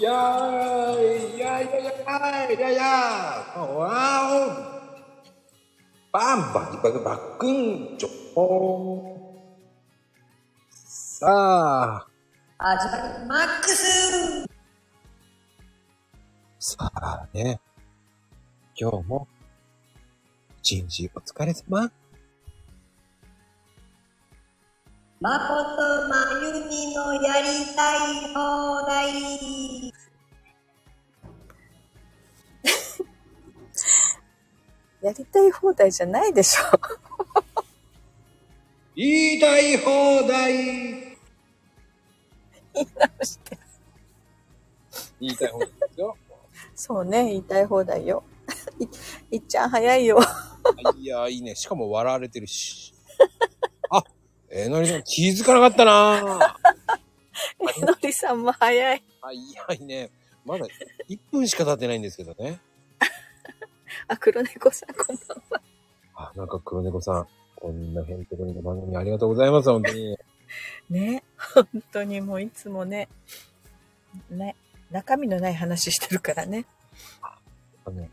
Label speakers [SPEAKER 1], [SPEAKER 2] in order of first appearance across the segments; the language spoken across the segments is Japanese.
[SPEAKER 1] やーいやいやいやいやいやわおバンバキバキバックンチョコさあ
[SPEAKER 2] 始まる。マックス
[SPEAKER 1] さあね今日も一日お疲れ様
[SPEAKER 2] マコとマユミのやりたい放題。
[SPEAKER 3] やりたい放題じゃないでしょ。
[SPEAKER 1] 言いたい放題言い直して言いたい放題ですよ
[SPEAKER 3] そうね、言いたい放題よ。 いいっちゃん早いよ。
[SPEAKER 1] いやいいねしかも笑われてるし あえのりさん気づかなかったな
[SPEAKER 3] えのりさんも早い。
[SPEAKER 1] 早いね。まだ1分しか経ってないんですけどね。
[SPEAKER 3] あ、黒猫さんこんばんは。
[SPEAKER 1] あ、なんか黒猫さん、こんなヘンテコリの番組ありがとうございます、本当に。
[SPEAKER 3] ね、本当にもういつもね、ね、中身のない話してるからね。
[SPEAKER 1] あのね、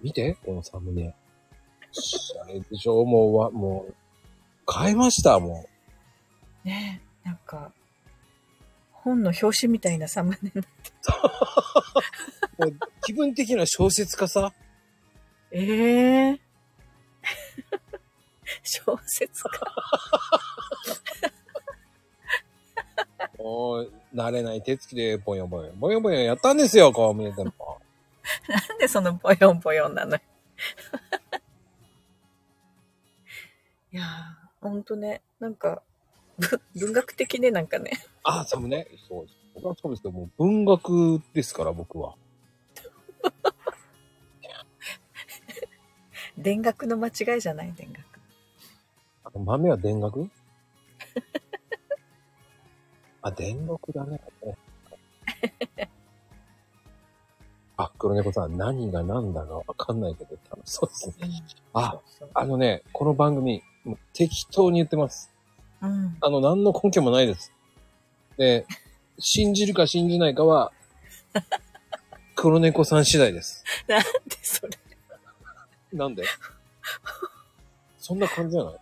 [SPEAKER 1] 見て、このサムネ。あれでしょ、もう、わ、もう、買いました、も
[SPEAKER 3] ね、なんか、本の表紙みたいなサムネ。
[SPEAKER 1] う。もう気分的な小説家さ。
[SPEAKER 3] ええ 小説か。
[SPEAKER 1] もう、慣れない手つきで、ぼよぼよ、ぼよぼよやったんですよ、こう見えても。
[SPEAKER 3] なんでそのボヨンボヨンな のいやー、ほんとね、なんか、ぶ文学的ね、なんかね。
[SPEAKER 1] あ、サムネそうです。僕はそうですけど、もう文学ですから、僕は。
[SPEAKER 3] 田楽の間違いじゃない、田楽。
[SPEAKER 1] あの豆は田楽あ、田楽だね。 あ、黒猫さん、何が何だかわかんないけど、楽しそうですね。あ、
[SPEAKER 3] そう
[SPEAKER 1] あのね、この番組、もう適当に言ってます。
[SPEAKER 3] そ う。うん。
[SPEAKER 1] あの、何の根拠もないです。で、信じるか信じないかは、黒猫さん次第です。
[SPEAKER 3] なんでそれ。
[SPEAKER 1] なんでそんな感じじゃない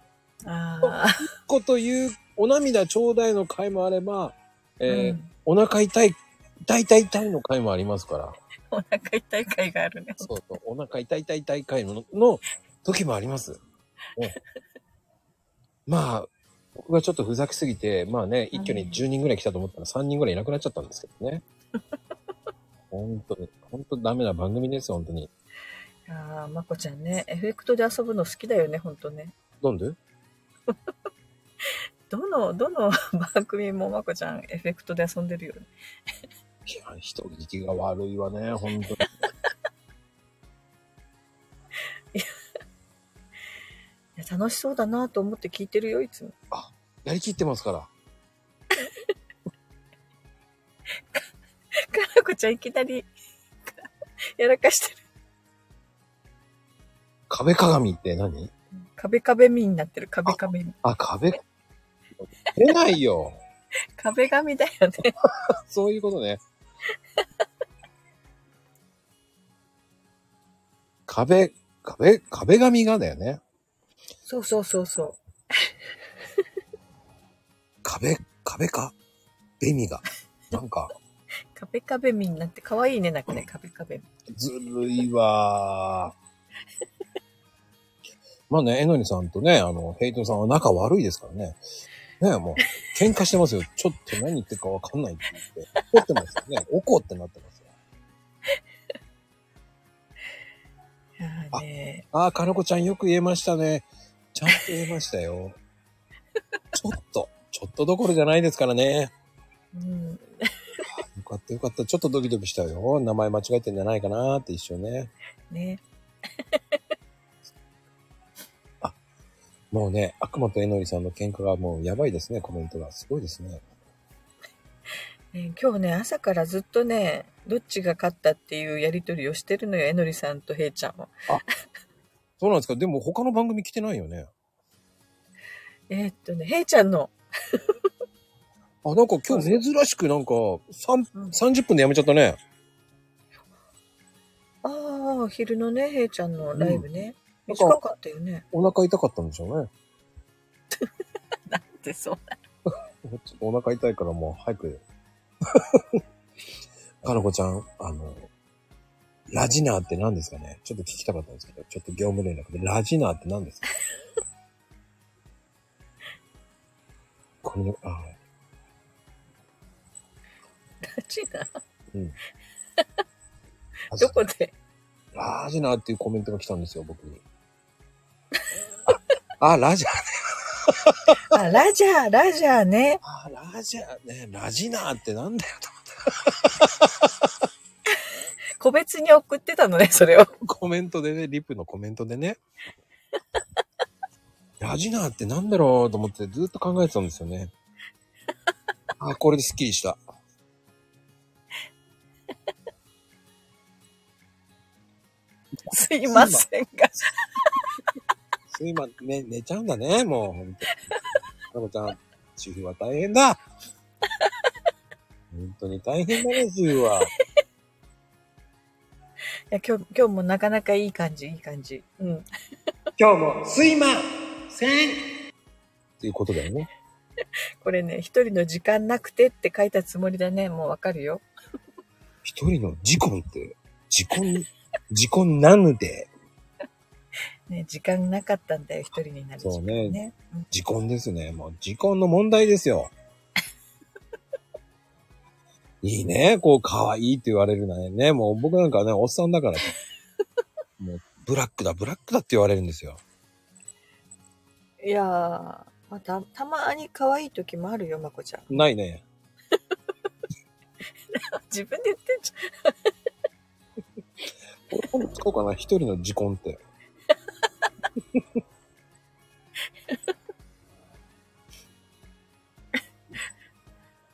[SPEAKER 3] ああ。
[SPEAKER 1] こというお涙ちょうだいの回もあれば、えー
[SPEAKER 3] うん
[SPEAKER 1] お腹痛い、痛い痛い痛いの回もありますから、
[SPEAKER 3] お腹痛い回があるね。
[SPEAKER 1] そうそう、お腹痛い痛い痛い回のの時もあります。ね、まあ、僕がちょっとふざけすぎて、まあね、一挙に10人ぐらい来たと思ったら3人ぐらいいなくなっちゃったんですけ どね。本当に、本当ダメな番組です、本当に。
[SPEAKER 3] ああ、まこちゃんね、エフェクトで遊ぶの好きだよね、ほんとね。
[SPEAKER 1] なんで
[SPEAKER 3] どの、 どの番組もまこちゃん、エフェクトで遊んでるよね。
[SPEAKER 1] いや、人聞きが悪いわね、本当に。
[SPEAKER 3] いや楽しそうだなと思って聞いてるよ、いつも。
[SPEAKER 1] やりきってますから。
[SPEAKER 3] かなこちゃん、いきなり、やらかしてる
[SPEAKER 1] 壁鏡って何
[SPEAKER 3] 壁壁身になってる壁壁身
[SPEAKER 1] あ、壁。出ないよ。
[SPEAKER 3] 壁紙だよね
[SPEAKER 1] そういうことね。壁、壁、壁紙がだよね。
[SPEAKER 3] そうそうそうそ
[SPEAKER 1] 壁、壁か。ベミが。なんか、
[SPEAKER 3] う壁壁身になって可愛いねなんかね壁壁
[SPEAKER 1] ずるいわー。まあね、えのりさんとね、あの、ヘイトさんは仲悪いですからね。ねえもう、喧嘩してますよ。ちょっと何言ってるかわかんないって言って、怒ってますよね。怒ってなってますよ。
[SPEAKER 3] あーね
[SPEAKER 1] ああ、かのこちゃんよく言えましたね。ちゃんと言えましたよ。 ちょっと、ちょっとどころじゃないですからね。
[SPEAKER 3] うん
[SPEAKER 1] よかったよかった。ちょっとドキドキしたよ。名前間違えてんじゃないかなーって一瞬ね。
[SPEAKER 3] ね
[SPEAKER 1] もうね、悪魔とえのりさんの喧嘩がもうやばいですね、コメントが。すごいですね。
[SPEAKER 3] ね今日ね朝からずっとねどっちが勝ったっていうやり取りをしてるのよえのりさんとへいちゃんは
[SPEAKER 1] そうなんですかでも他の番組来てないよね。
[SPEAKER 3] えーっとねへいちゃんの
[SPEAKER 1] あ、なんか今日珍しくなんか、
[SPEAKER 3] うん
[SPEAKER 1] 三30分でやめちゃったね。
[SPEAKER 3] ああ、昼のね、へいちゃんのライブね。
[SPEAKER 1] うん
[SPEAKER 3] 短かったよね。
[SPEAKER 1] お腹痛かったんでしょうね。
[SPEAKER 3] なんてそ
[SPEAKER 1] ち
[SPEAKER 3] う。
[SPEAKER 1] ょっとお腹痛いからもう早 く。かのこちゃん、あの、ラジナーって何ですかねちょっと聞きたかったんですけど、ちょっと業務連絡で、ラジナーって何 ですかこれ、あ、
[SPEAKER 3] ラジナ
[SPEAKER 1] うん。
[SPEAKER 3] どこ で
[SPEAKER 1] ラジナーっていうコメントが来たんですよ、僕 に。あ、あラジ
[SPEAKER 3] あ、ラジャー、ラジャーね。
[SPEAKER 1] あー、ラジャーね、ラジナーってなんだよと
[SPEAKER 3] 個別に送ってたのね、 それを。
[SPEAKER 1] コメントでね、リプのコメントでね。 ラジナーってなんだろうと思ってずっと考えてたんですよね。あ、これでスッキリした。
[SPEAKER 3] すいませんが。
[SPEAKER 1] すいません、ね、寝ちゃうんだね、もう。ほんとかのこちゃん、主婦は大変だ。本当に大変だね、主婦は。
[SPEAKER 3] いや今日、今日もなかなかいい感じ、いい感じ。うん。
[SPEAKER 2] 今日もすいません
[SPEAKER 1] っていうことだよね。
[SPEAKER 3] これね、一人の時間なくてって書いたつもりだね。もうわかるよ。
[SPEAKER 1] 一人の事故って、事故、事故なので、
[SPEAKER 3] ね、時間なかったんだよ、一人になる時間
[SPEAKER 1] そう
[SPEAKER 3] ね。うん
[SPEAKER 1] 時婚ですね。もう時婚の問題ですよ。いいね。こう、可愛いって言われるのはね。もう僕なんかね、おっさんだから。もう、ブラックだ、ブラックだって言われるんですよ。
[SPEAKER 3] いやー、まあ、た、たまに可愛い時もあるよ、まこちゃん。
[SPEAKER 1] ないね。
[SPEAKER 3] 自分で言ってんじ
[SPEAKER 1] 俺今度使おうかな。一人の時婚って。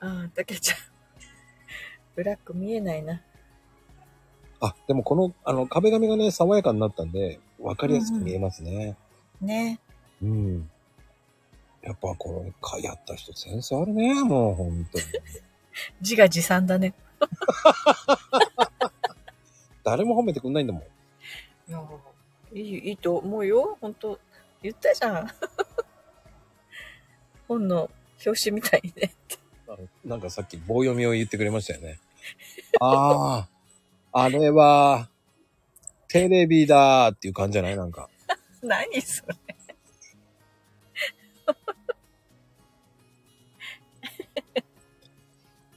[SPEAKER 3] ゃん。ああ、たけちゃん。 ブラック見えないな。
[SPEAKER 1] あ、でもこの、あの、壁紙がね、爽やかになったんで、わかりやすく見えますね。
[SPEAKER 3] ね。
[SPEAKER 1] うん、やっぱこれ、かやった人センスあるね。もう、本当に。
[SPEAKER 3] 自画自賛だね。
[SPEAKER 1] 誰も褒めてくんないんだもん。
[SPEAKER 3] いやーいい、いいと思うよ。本当言ったじゃん。 本の表紙みたいにね。
[SPEAKER 1] あのなんかさっき棒読みを言ってくれましたよね。 ああ、あれは、テレビだーっていう感じじゃないなんか。
[SPEAKER 3] 何それ。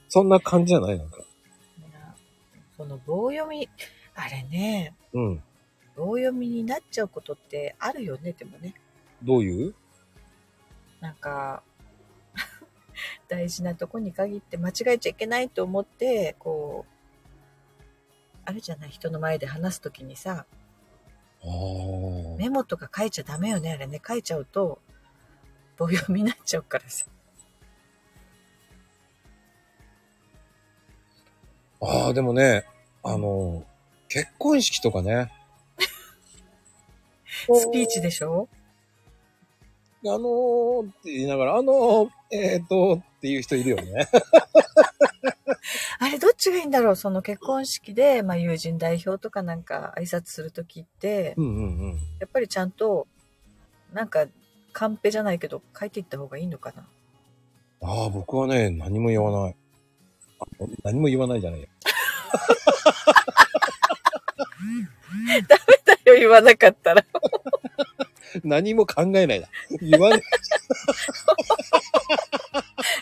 [SPEAKER 1] そんな感じじゃないなんか。
[SPEAKER 3] この棒読み、あれね、
[SPEAKER 1] うん。
[SPEAKER 3] 棒読みになっちゃうことってあるよね、でもね。
[SPEAKER 1] どういう
[SPEAKER 3] なんか、 大事なとこに限って間違えちゃいけないと思って、こう、あるじゃない、人の前で話すときにさ、
[SPEAKER 1] あー
[SPEAKER 3] メモとか書いちゃダメよね、あれね、書いちゃうと、棒読みになっちゃうからさ。
[SPEAKER 1] あー、でもね、あの、結婚式とかね。
[SPEAKER 3] スピーチでしょ
[SPEAKER 1] あのーって言いながら、あのー、えーと、っていう人いるよね。
[SPEAKER 3] あれ、どっちがいいんだろうその結婚式で、まあ、友人代表とかなんか挨拶するときって
[SPEAKER 1] う、んうんうん。
[SPEAKER 3] やっぱりちゃんと、なんか、カンペじゃないけど、書いていった方がいいのかな
[SPEAKER 1] ああ、僕はね、何も言わない。あ何も言わないじゃないよ。
[SPEAKER 3] だよ、言わなかったら。
[SPEAKER 1] 何も考えないだ。言わない。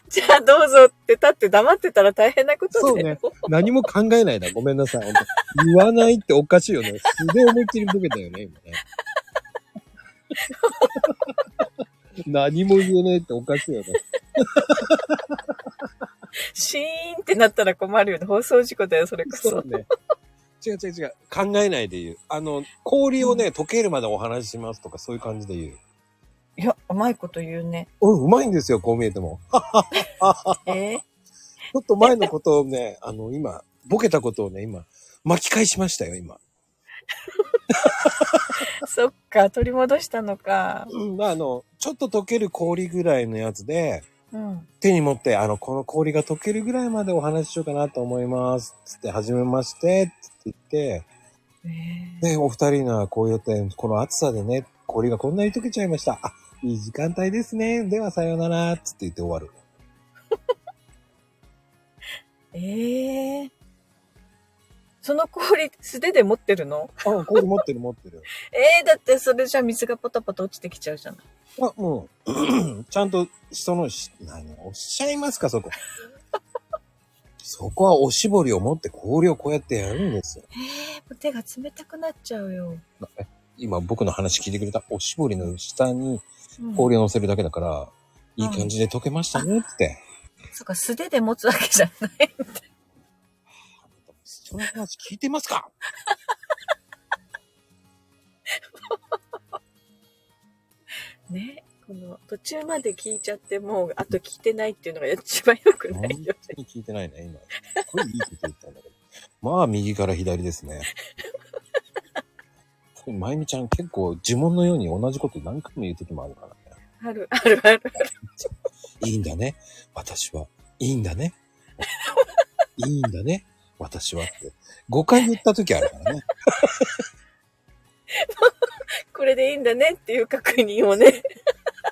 [SPEAKER 3] じゃあどうぞって立って黙ってたら大変なこと
[SPEAKER 1] そう
[SPEAKER 3] で。
[SPEAKER 1] ね。何も考えないな。ごめんなさい。本当言わないっておかしいよね。すげえ思いっきりボケたよね、今ね。 何も言えねえっておかしいよね。
[SPEAKER 3] シーンってなったら困るよね。放送事故だよ、それこ
[SPEAKER 1] そ
[SPEAKER 3] そ。
[SPEAKER 1] うね。違う違う違う。考えないで言う。あの、氷をね、溶けるまでお話ししますとか、そういう感じで言う。
[SPEAKER 3] いや、うまいこと言うね。
[SPEAKER 1] うん、うまいんですよ、こう見えても。あ
[SPEAKER 3] えー
[SPEAKER 1] ちょっと前のことをね、 あの、今、ボケたことをね、今、巻き返しましたよ、今。
[SPEAKER 3] そっか、取り戻したのか。
[SPEAKER 1] うん、あの、ちょっと溶ける氷ぐらいのやつで、
[SPEAKER 3] うん。
[SPEAKER 1] 手に持って、あの、この氷が溶けるぐらいまでお話ししようかなと思います。つって、はじめまして、つって言って、
[SPEAKER 3] ねえ
[SPEAKER 1] で、お二人がこうやって、この暑さでね、氷がこんなに溶けちゃいました。あ、いい時間帯ですね。では、さようなら、つって言って終わる。
[SPEAKER 3] ええその氷素手で持ってるの
[SPEAKER 1] あ、氷持ってる持ってる。
[SPEAKER 3] ええだってそれじゃ水がポタポタ落ちてきちゃうじゃない。
[SPEAKER 1] あ、もう、 ちゃんと、そのし、何をおっしゃいますか、そこ。そこはおしぼりを持って氷をこうやってやるんですよ。
[SPEAKER 3] ええもう手が冷たくなっちゃうよ。
[SPEAKER 1] 今僕の話聞いてくれたおしぼりの下に
[SPEAKER 3] うん
[SPEAKER 1] 氷を乗せるだけだから、
[SPEAKER 3] う
[SPEAKER 1] い
[SPEAKER 3] ん
[SPEAKER 1] い感じで溶けましたねって。
[SPEAKER 3] そうか、素手で持つわけじゃない。
[SPEAKER 1] その話聞いてますか
[SPEAKER 3] ね。この途中まで聞いちゃってもう、あと聞いてないっていうのが一番良くな
[SPEAKER 1] 本当
[SPEAKER 3] いよね。
[SPEAKER 1] に聞いてないね、今。すごいいいこと言ったんだけど。まあ、右から左ですね。まゆみちゃん結構呪文のように同じこと何回も言う時もあるからね。
[SPEAKER 3] ある、ある、ある。
[SPEAKER 1] いいんだね。私は。いいんだね。 いいんだね。私はって。5回言った時あるからね。
[SPEAKER 3] これでいいんだねっていう確認をね。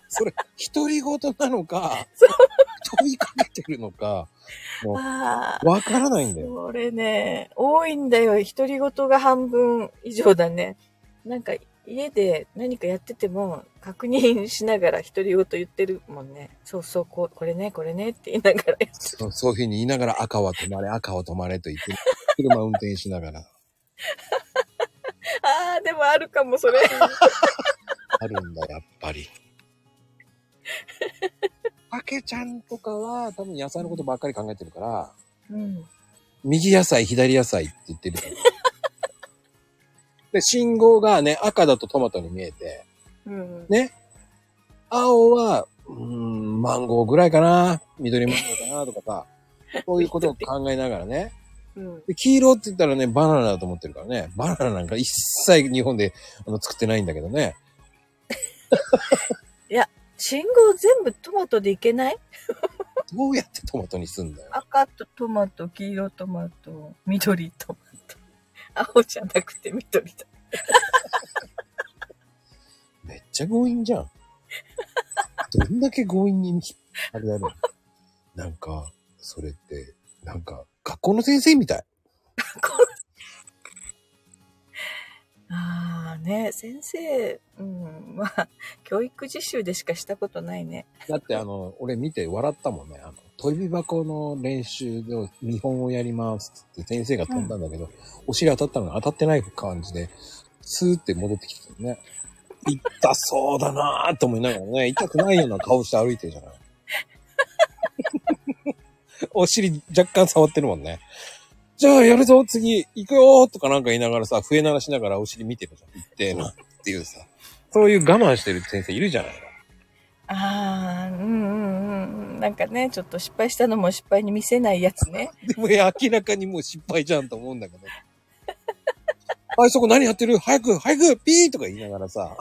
[SPEAKER 1] それ、独り言なのか、問いかけてるのか、
[SPEAKER 3] ああ。
[SPEAKER 1] わからないんだよ。
[SPEAKER 3] これね、多いんだよ。独り言が半分以上だね。なんか、家で何かやってても、確認しながら独り言言ってるもんね。そうそう、こうこれね、これねって言いながら。
[SPEAKER 1] そそういうふうに言いながら赤は止まれ、赤は止まれと言ってる、車運転しながら。
[SPEAKER 3] ああ、でもあるかも、それ。
[SPEAKER 1] あるんだ、やっぱり。あけちゃんとかは多分野菜のことばっかり考えてるから、
[SPEAKER 3] うん。
[SPEAKER 1] 右野菜、左野菜って言ってる。で、信号がね、赤だとトマトに見えて、
[SPEAKER 3] うん。
[SPEAKER 1] ね青は、うーん、マンゴーぐらいかな、緑マンゴーかな、とかさ、そういうことを考えながらね。
[SPEAKER 3] うん。
[SPEAKER 1] で、黄色って言ったらね、バナナだと思ってるからね。バナナなんか一切日本であの作ってないんだけどね。
[SPEAKER 3] 信号全部トマトでいけない
[SPEAKER 1] どうやってトマトにすんだよ。
[SPEAKER 3] 赤とトマト、黄色トマト、緑トマト。青じゃなくて緑だ。
[SPEAKER 1] めっちゃ強引じゃん。どんだけ強引に、あれだね。なんか、それって、なんか、学校の先生みたい。
[SPEAKER 3] ああね、先生、うん、 まあ、教育実習でしかしたことないね。
[SPEAKER 1] だってあの、俺見て笑ったもんね。あの、飛び箱の練習で見本をやりますって先生が飛んだんだけど、お尻当たったのが当たってない感じで、スーって戻ってきてたね。痛そうだなーと思いながらね、痛くないような顔して歩いてるじゃない。お尻若干触ってるもんね。じゃあやるぞ、次、行くよーとかなんか言いながらさ、笛鳴らしながらお尻見てるじゃん。一定のっていうさ。そういう我慢してる先生いるじゃない。
[SPEAKER 3] ああ、うんうんうん。なんかね、ちょっと失敗したのも失敗に見せないやつね。
[SPEAKER 1] でも明らかにもう失敗じゃんと思うんだけど。あいそこ何やってる早く早くピーとか言いながらさ。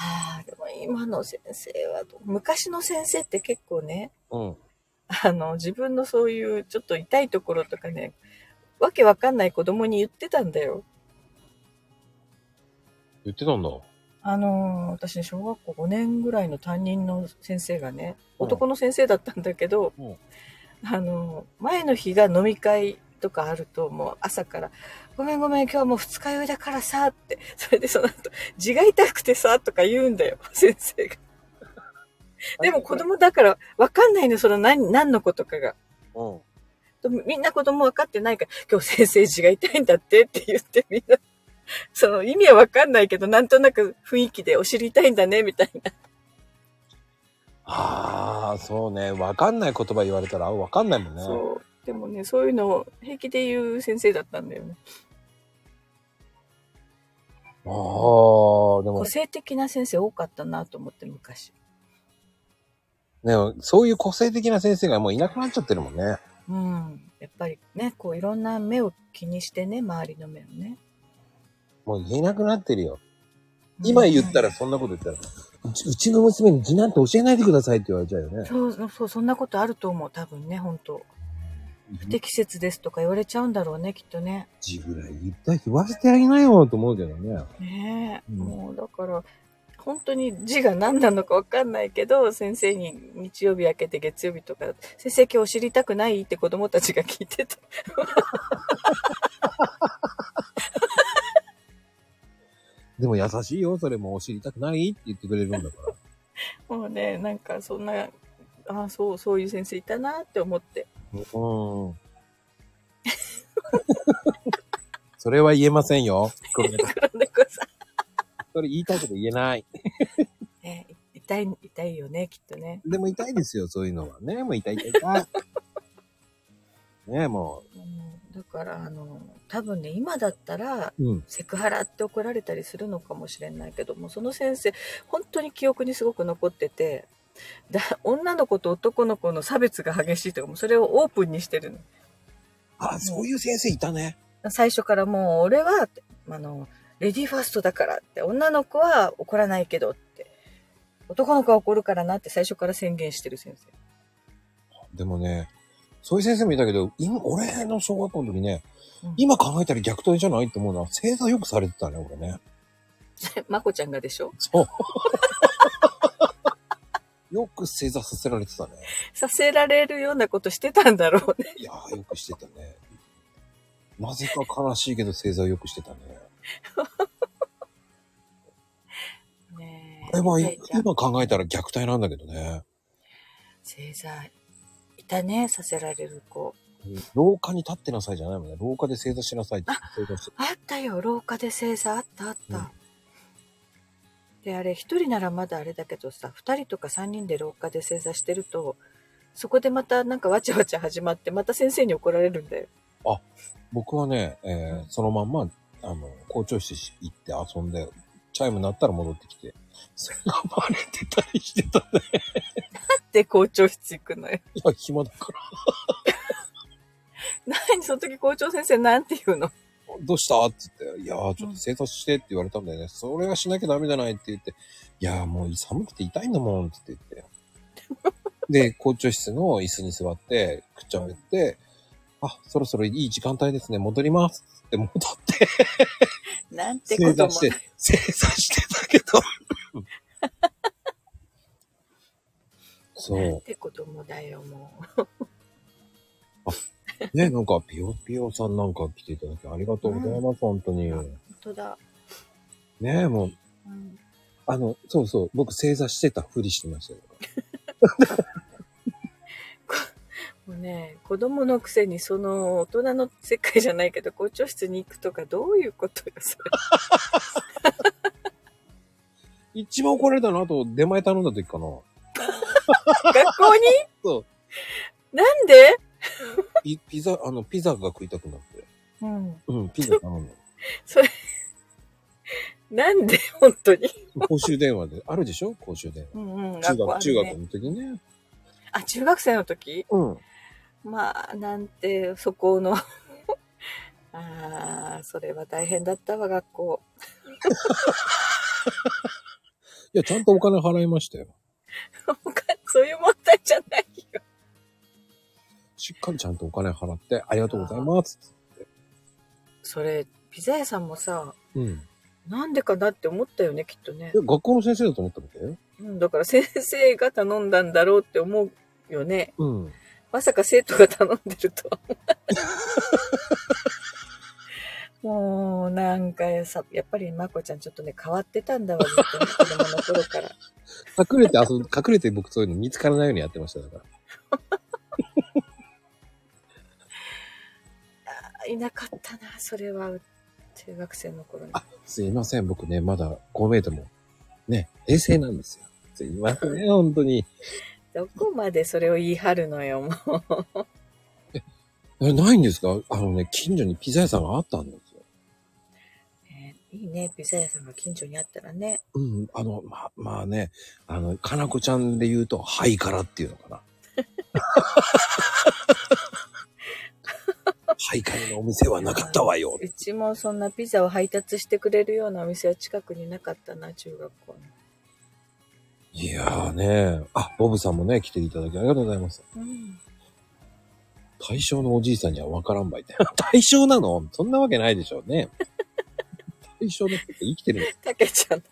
[SPEAKER 3] ああ、でも今の先生はどう、昔の先生って結構ね、
[SPEAKER 1] うん。
[SPEAKER 3] あの、自分のそういうちょっと痛いところとかね、わけわかんない子供に言ってたんだよ。
[SPEAKER 1] 言ってたんだ。う
[SPEAKER 3] あのー、私、小学校5年ぐらいの担任の先生がね、
[SPEAKER 1] うん
[SPEAKER 3] 男の先生だったんだけど、
[SPEAKER 1] うん
[SPEAKER 3] あのー、前の日が飲み会とかあると、もう朝から、ごめんごめん、今日はもう二日酔いだからさ、って、それでその後、字が痛くてさ、とか言うんだよ、先生が。でも子供だから、わかんないの、その何、何のことかが。
[SPEAKER 1] ん。
[SPEAKER 3] でもみんな子供分かってないから、今日先生字が痛いんだってって言ってみんな、その意味は分かんないけど、なんとなく雰囲気でお知りたいんだね、みたいな。
[SPEAKER 1] ああ、そうね。わかんない言葉言われたらわかんないもんね。
[SPEAKER 3] そう。でもね、そういうのを平気で言う先生だったんだよね。
[SPEAKER 1] ああ、でも
[SPEAKER 3] 個性的な先生多かったなと思って、昔。
[SPEAKER 1] ね、そういう個性的な先生がもういなくなっちゃってるもんね。
[SPEAKER 3] うん。やっぱりね、こういろんな目を気にしてね、周りの目をね。
[SPEAKER 1] もう言えなくなってるよ。今言ったら、そんなこと言ったら、うちうちの娘に字なんて教えないでくださいって言われちゃうよね。
[SPEAKER 3] そう、そう、そんなことあると思う、多分ね、本当不適切ですとか言われちゃうんだろうね、きっとね。
[SPEAKER 1] 字ぐらい言ったら言わせてあげないよと思うけどね。
[SPEAKER 3] ねえ、
[SPEAKER 1] うん
[SPEAKER 3] もう、だから、本当に字が何なのかわかんないけど、先生に日曜日明けて月曜日とか、先生今日知りたくないって子供たちが聞いて た。
[SPEAKER 1] でも優しいよ、それも教えたくないって言ってくれるんだから。
[SPEAKER 3] もうね、なんかそんな、ああ、そう、そういう先生いたなって思って。
[SPEAKER 1] うん。それは言えませんよ。ごめんなさい
[SPEAKER 3] 黒猫さ
[SPEAKER 1] それ言いたいけど言えない。
[SPEAKER 3] ん。ね、痛い、痛いよね、きっとね。
[SPEAKER 1] でも痛いですよ、そういうのは。ねもう痛い痛い痛い。ねも
[SPEAKER 3] うんだから、あの、多分ね、今だったら、
[SPEAKER 1] う。うん。
[SPEAKER 3] セクハラって怒られたりするのかもしれないけどもその先生本当に記憶にすごく残っててだ女の子と男の子の差別が激しいとかもうそれをオープンにしてるの
[SPEAKER 1] あ、そういう先生いたね。
[SPEAKER 3] 最初からもう俺はってあのレディーファーストだからって女の子は怒らないけどって男の子は怒るからなって最初から宣言してる先生
[SPEAKER 1] でもね、そういう先生もいたけど、今、俺の小学校の時ね、
[SPEAKER 3] うん
[SPEAKER 1] 今考えたら虐待じゃないって思うのは、正座よくされてたね、俺 ね。
[SPEAKER 3] それまこちゃんがでしょ
[SPEAKER 1] そう。よく正座させられてたね。
[SPEAKER 3] させられるようなことしてたんだろうね
[SPEAKER 1] いやー、よくしてたね。なぜか悲しいけど正座をよくしてたね。
[SPEAKER 3] ね
[SPEAKER 1] これは、
[SPEAKER 3] 痛いじゃん
[SPEAKER 1] 今考えたら虐待なんだけどね。
[SPEAKER 3] 正座いたねさせられる子
[SPEAKER 1] 廊下に立ってなさいじゃないもんね。廊下で正座しなさいって。正座して。
[SPEAKER 3] あったよ廊下で正座あったあった、
[SPEAKER 1] うん
[SPEAKER 3] であれ一人ならまだあれだけどさ二人とか三人で廊下で正座してるとそこでまたなんかわちゃわちゃ始まってまた先生に怒られるんだよ
[SPEAKER 1] 僕はね、えーそのまんま、あの、校長室行って遊んで、チャイム鳴ったら戻ってきて、それがバレてたりしてたね。
[SPEAKER 3] で校長室行くのよ
[SPEAKER 1] いや、暇だから。
[SPEAKER 3] 何その時校長先生なんて言うの
[SPEAKER 1] どうしたって言って、いやー、ちょっと正座してって言われたんだよね。それはしなきゃダメじゃないって言って、いやー、もう寒くて痛いんだもんって言 って。で、校長室の椅子に座って、くっちゃべって、あ、そろそろいい時間帯ですね、戻りますって戻って、
[SPEAKER 3] なんて
[SPEAKER 1] 正
[SPEAKER 3] こと
[SPEAKER 1] 座
[SPEAKER 3] も
[SPEAKER 1] して、正座してた けど。そ
[SPEAKER 3] なん
[SPEAKER 1] う。
[SPEAKER 3] てこともだよもう
[SPEAKER 1] ね、なんか、ピヨピヨさんなんか来ていただきありがとうございます、本当に。
[SPEAKER 3] 本当だ、
[SPEAKER 1] ねもう、
[SPEAKER 3] うん、
[SPEAKER 1] あの、そうそう、僕正座してたふりしてましたよ。
[SPEAKER 3] もうね子供のくせにその大人の世界じゃないけど校長室に行くとかどういうことよ それ
[SPEAKER 1] 一番怒られたのあと、出前頼んだ時かな。
[SPEAKER 3] 学校に
[SPEAKER 1] そう
[SPEAKER 3] なんで、
[SPEAKER 1] ピピザ、あの、ピザが食いたくなって。
[SPEAKER 3] うん、
[SPEAKER 1] うん、ピザ頼んだ。
[SPEAKER 3] なんで本当に、
[SPEAKER 1] 公衆電話で、あるでしょ公衆電話。
[SPEAKER 3] うんうん、
[SPEAKER 1] 中
[SPEAKER 3] 学校あ
[SPEAKER 1] 学、中
[SPEAKER 3] るね
[SPEAKER 1] 学の時ね。
[SPEAKER 3] あ、中学生の時
[SPEAKER 1] うん。
[SPEAKER 3] まあ、なんて、そこの。 ああ、それは大変だったわ、学校。
[SPEAKER 1] いや、ちゃんとお金払いましたよ。
[SPEAKER 3] そういう問題じゃないよ。
[SPEAKER 1] しっかりちゃんとお金払って、ありがとうございます。
[SPEAKER 3] それ、ピザ屋さんもさ、
[SPEAKER 1] うん。い
[SPEAKER 3] なんでかなって思ったよね、きっとね。
[SPEAKER 1] や学校の先生だと思ったみたいよ。
[SPEAKER 3] うん、だから先生が頼んだんだろうって思うよね。
[SPEAKER 1] うん。
[SPEAKER 3] まさか生徒が頼んでるとは 思わない。もう、なんかさ、やっぱりまこちゃんちょっとね、変わってたんだわ、ずっとね子供の頃から。
[SPEAKER 1] 隠 れて遊ん、 隠れて僕そういうの見つからないようにやってましただから。
[SPEAKER 3] いなかったな、それは、中学生の頃に。
[SPEAKER 1] あすいません、僕ね、まだ5メートルも、ね、平成なんですよ。すいません、本当に。
[SPEAKER 3] どこまでそれを言い張るの よ、もう。
[SPEAKER 1] えないんですかあのね、近所にピザ屋さんがあったんですよ。
[SPEAKER 3] ねいいね、ピザ屋さんが近所にあったらね。
[SPEAKER 1] うん、あの、ま、まあね、あの、かなこちゃんで言うと、ハイカラっていうの かな。ハイカラのお店はなかったわよ。
[SPEAKER 3] うちもそんなピザを配達してくれるようなお店は近くになかったな、中学校の。
[SPEAKER 1] いやーね。あ、ボブさんもね、来ていただきありがとうございます。
[SPEAKER 3] うん。
[SPEAKER 1] 対象のおじいさんにはわからんばいって。 対象なのそんなわけないでしょう ね。対象の人って生きてるんです
[SPEAKER 3] たけちゃん。
[SPEAKER 1] い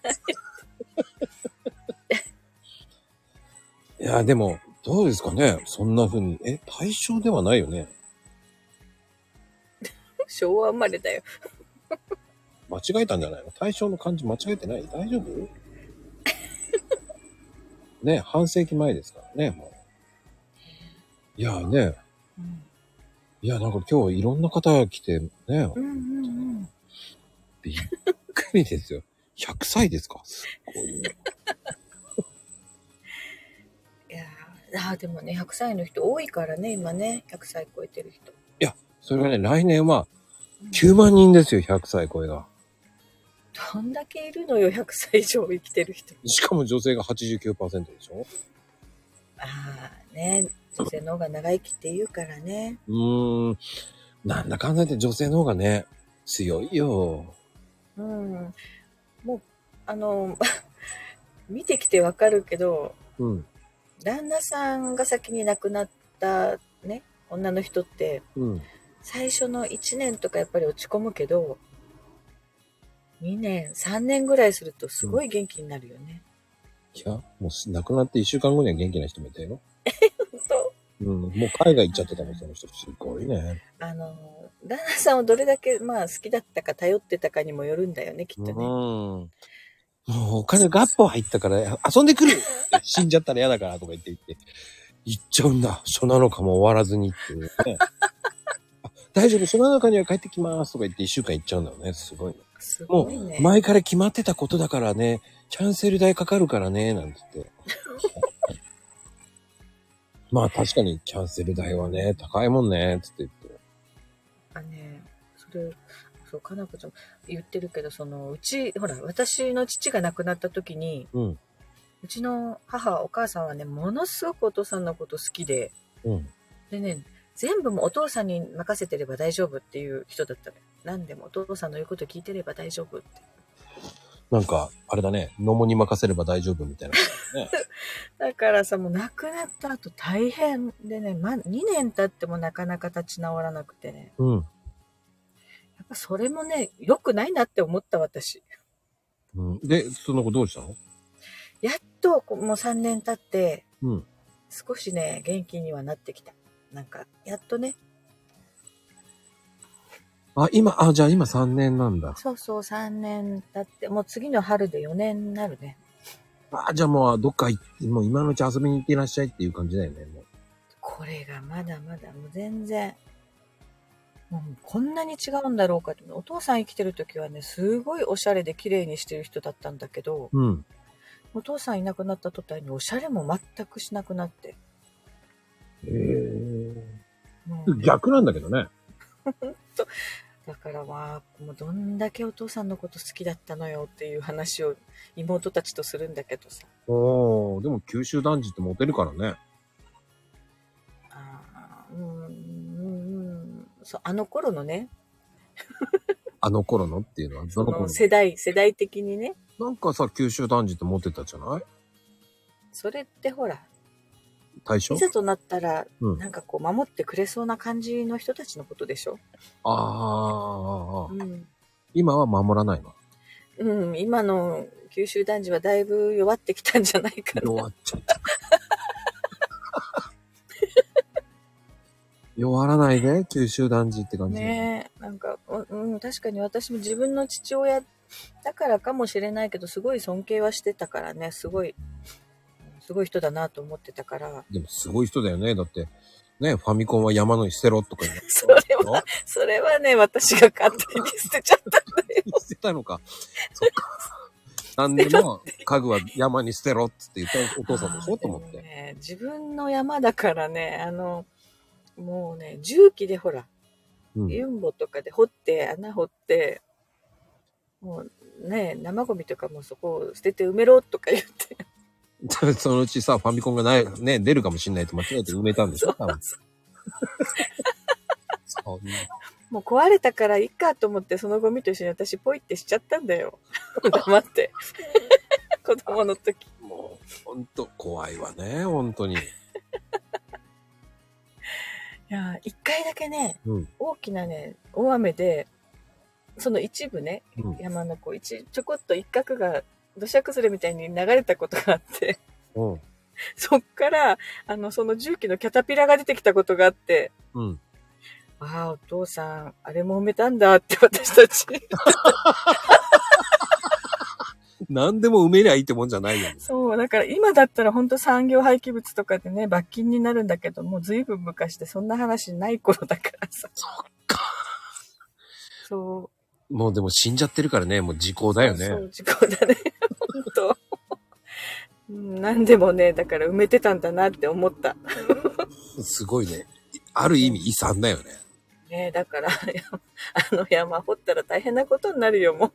[SPEAKER 1] や、でも、どうですかねそんな風に。え、対象ではないよね。
[SPEAKER 3] 昭和生まれだよ。
[SPEAKER 1] 間違えたんじゃないの対象の漢字間違えてない大丈夫 ね、半世紀前ですからね、もう。いやね、
[SPEAKER 3] うん。
[SPEAKER 1] いや、なんか今日いろんな方が来て、ね、
[SPEAKER 3] うんうん
[SPEAKER 1] びっくりですよ。100歳ですかすごいね。
[SPEAKER 3] いやーあーでもね、100歳の人多いからね、今ね、100歳超えてる人。
[SPEAKER 1] それがね、来年は9万人ですよ、100歳超えが。
[SPEAKER 3] どんだけいるのよ、100歳以上生きてる人。
[SPEAKER 1] しかも女性が89%でしょ
[SPEAKER 3] ああ、ね、女性の方が長生きって言うからね。
[SPEAKER 1] うーん。なんだかんだ言って女性の方がね、強いよ。
[SPEAKER 3] うん。もう、あの、 見てきてわかるけど、
[SPEAKER 1] うん。
[SPEAKER 3] 旦那さんが先に亡くなったね、女の人って、
[SPEAKER 1] うん。
[SPEAKER 3] 最初の1年とかやっぱり落ち込むけど、2年、3年ぐらいするとすごい元気になるよね。
[SPEAKER 1] いや、もうす亡くなって1週間後には元気な人もいたよ。
[SPEAKER 3] 本当
[SPEAKER 1] うん。もう海外行っちゃってたもん、その人。すごいね。
[SPEAKER 3] あの、旦那さんをどれだけ、まあ、好きだったか頼ってたかにもよるんだよね、きっとね。
[SPEAKER 1] もうお金ガッポ入ったから遊んでく る死んじゃったら嫌だからとか言って言って。行っちゃうんだ。初なのかも終わらずにっていう ね。あ大丈夫、初なのかには帰ってきますとか言って1週間行っちゃうんだよね。すごいね。
[SPEAKER 3] す
[SPEAKER 1] も
[SPEAKER 3] ごいね。
[SPEAKER 1] う前から決まってたことだからね、キャンセル代かかるからね、なんて言 って。まあ確かにキャンセル代はね、高いもんね、つって言って。
[SPEAKER 3] あね、それ、そう、かなこちゃんも言ってるけど、その、うち、ほら、私の父が亡くなった時に、
[SPEAKER 1] うん、
[SPEAKER 3] うちの母、お母さんはね、ものすごくお父さんのこと好きで、
[SPEAKER 1] うん。
[SPEAKER 3] でね、全部もお父さんに任せてれば大丈夫っていう人だったのよ。何でもお父さんの言うこと聞いてれば大丈夫って。
[SPEAKER 1] なんか、あれだね、野茂に任せれば大丈夫み たいな。
[SPEAKER 3] だからさ、もう亡くなった後大変でね、ま、2年経ってもなかなか立ち直らなくてね。
[SPEAKER 1] うん。
[SPEAKER 3] やっぱそれもね、良くないなって思った私。
[SPEAKER 1] うん、で、その後どうしたの
[SPEAKER 3] やっとこうもう3年経って、
[SPEAKER 1] うん。
[SPEAKER 3] 少しね、元気にはなってきた。なんか、やっとね、
[SPEAKER 1] あ、今、あ、じゃあ今3年なんだ。
[SPEAKER 3] そうそう3年経って、もう次の春で4年になるね。
[SPEAKER 1] あ、じゃあもうどっか行って、もう今のうち遊びに行っていらっしゃいっていう感じだよね。もう
[SPEAKER 3] これがまだまだ、もう全然、もうこんなに違うんだろうかって。お父さん生きてる時はね、すごいおしゃれで綺麗にしてる人だったんだけど、
[SPEAKER 1] うん。
[SPEAKER 3] お父さんいなくなった途端におしゃれも全くしなくなって。
[SPEAKER 1] へえ
[SPEAKER 3] もう
[SPEAKER 1] ー。逆なんだけどね。
[SPEAKER 3] だからわあもうどんだけお父さんのこと好きだったのよっていう話を妹たちとするんだけどさ
[SPEAKER 1] おー、でも九州男児ってモテるからね。
[SPEAKER 3] あーうんうんうんそうあの頃のね
[SPEAKER 1] あの頃のっていうのは、ど
[SPEAKER 3] そ
[SPEAKER 1] の頃
[SPEAKER 3] の世代世代的にね
[SPEAKER 1] なんかさ、九州男児ってモテたじゃない
[SPEAKER 3] それってほら
[SPEAKER 1] 大将
[SPEAKER 3] いざとなったら、
[SPEAKER 1] うん
[SPEAKER 3] なんかこう守ってくれそうな感じの人たちのことでしょ
[SPEAKER 1] あーあー、あ
[SPEAKER 3] う
[SPEAKER 1] ー
[SPEAKER 3] ん、
[SPEAKER 1] 今は守らないの。
[SPEAKER 3] うん、今の九州男児はだいぶ弱ってきたんじゃないかな
[SPEAKER 1] 弱っちゃ った。弱らないで、九州男児って感じ。
[SPEAKER 3] ねえなんか、ううん、確かに私も自分の父親だからかもしれないけどすごい尊敬はしてたからねすごいすごい人だなと思ってたから
[SPEAKER 1] でもすごい人だよね。だって、ね、ファミコンは山の捨てろとか言う
[SPEAKER 3] それはそれはね私が勝手に捨てちゃったんだよ
[SPEAKER 1] 捨てたのか。そっか。何でも家具は山に捨てろっつって言ったお父さんでしょと思っ
[SPEAKER 3] あーでも
[SPEAKER 1] て。
[SPEAKER 3] ね、自分の山だからねあのもうね重機でほら
[SPEAKER 1] うん
[SPEAKER 3] ユンボとかで掘って穴掘ってもうね生ゴミとかもそこを捨てて埋めろとか言って
[SPEAKER 1] そのうちさ、ファミコンがない、ね、出るかもしんないと間違えて埋めたんでしょ多分。そんな
[SPEAKER 3] もう壊れたからいいかと思って、そのゴミと一 緒に私ポイってしちゃったんだよ。黙って。子供の時。
[SPEAKER 1] もほんと、怖いわね、本当に。
[SPEAKER 3] いやー、一回だけね、
[SPEAKER 1] うん
[SPEAKER 3] 大きなね、大雨で、その一部ね、
[SPEAKER 1] うん
[SPEAKER 3] 山のこう、一、ちょこっと一角が土砂崩れみたいに流れたことがあって、
[SPEAKER 1] うん。
[SPEAKER 3] そっから、あの、その重機のキャタピラが出てきたことがあって、
[SPEAKER 1] うん。
[SPEAKER 3] ああ、お父さん、あれも埋めたんだって私たち。
[SPEAKER 1] 何でも埋めりゃいいってもんじゃないよね。
[SPEAKER 3] そう、だから今だったら本当産業廃棄物とかでね、罰金になるんだけど、もう随分昔でそんな話ない頃だからさ。そっ
[SPEAKER 1] か。
[SPEAKER 3] そう。
[SPEAKER 1] もうでも死んじゃってるからね、もう時効だよね。
[SPEAKER 3] そう、事故だね。 本当。うん何でもね、だから埋めてたんだなって思った。
[SPEAKER 1] すごいね。ある意味遺産だよね。
[SPEAKER 3] ねだから、 いやあの山掘ったら大変なことになるよ、もう。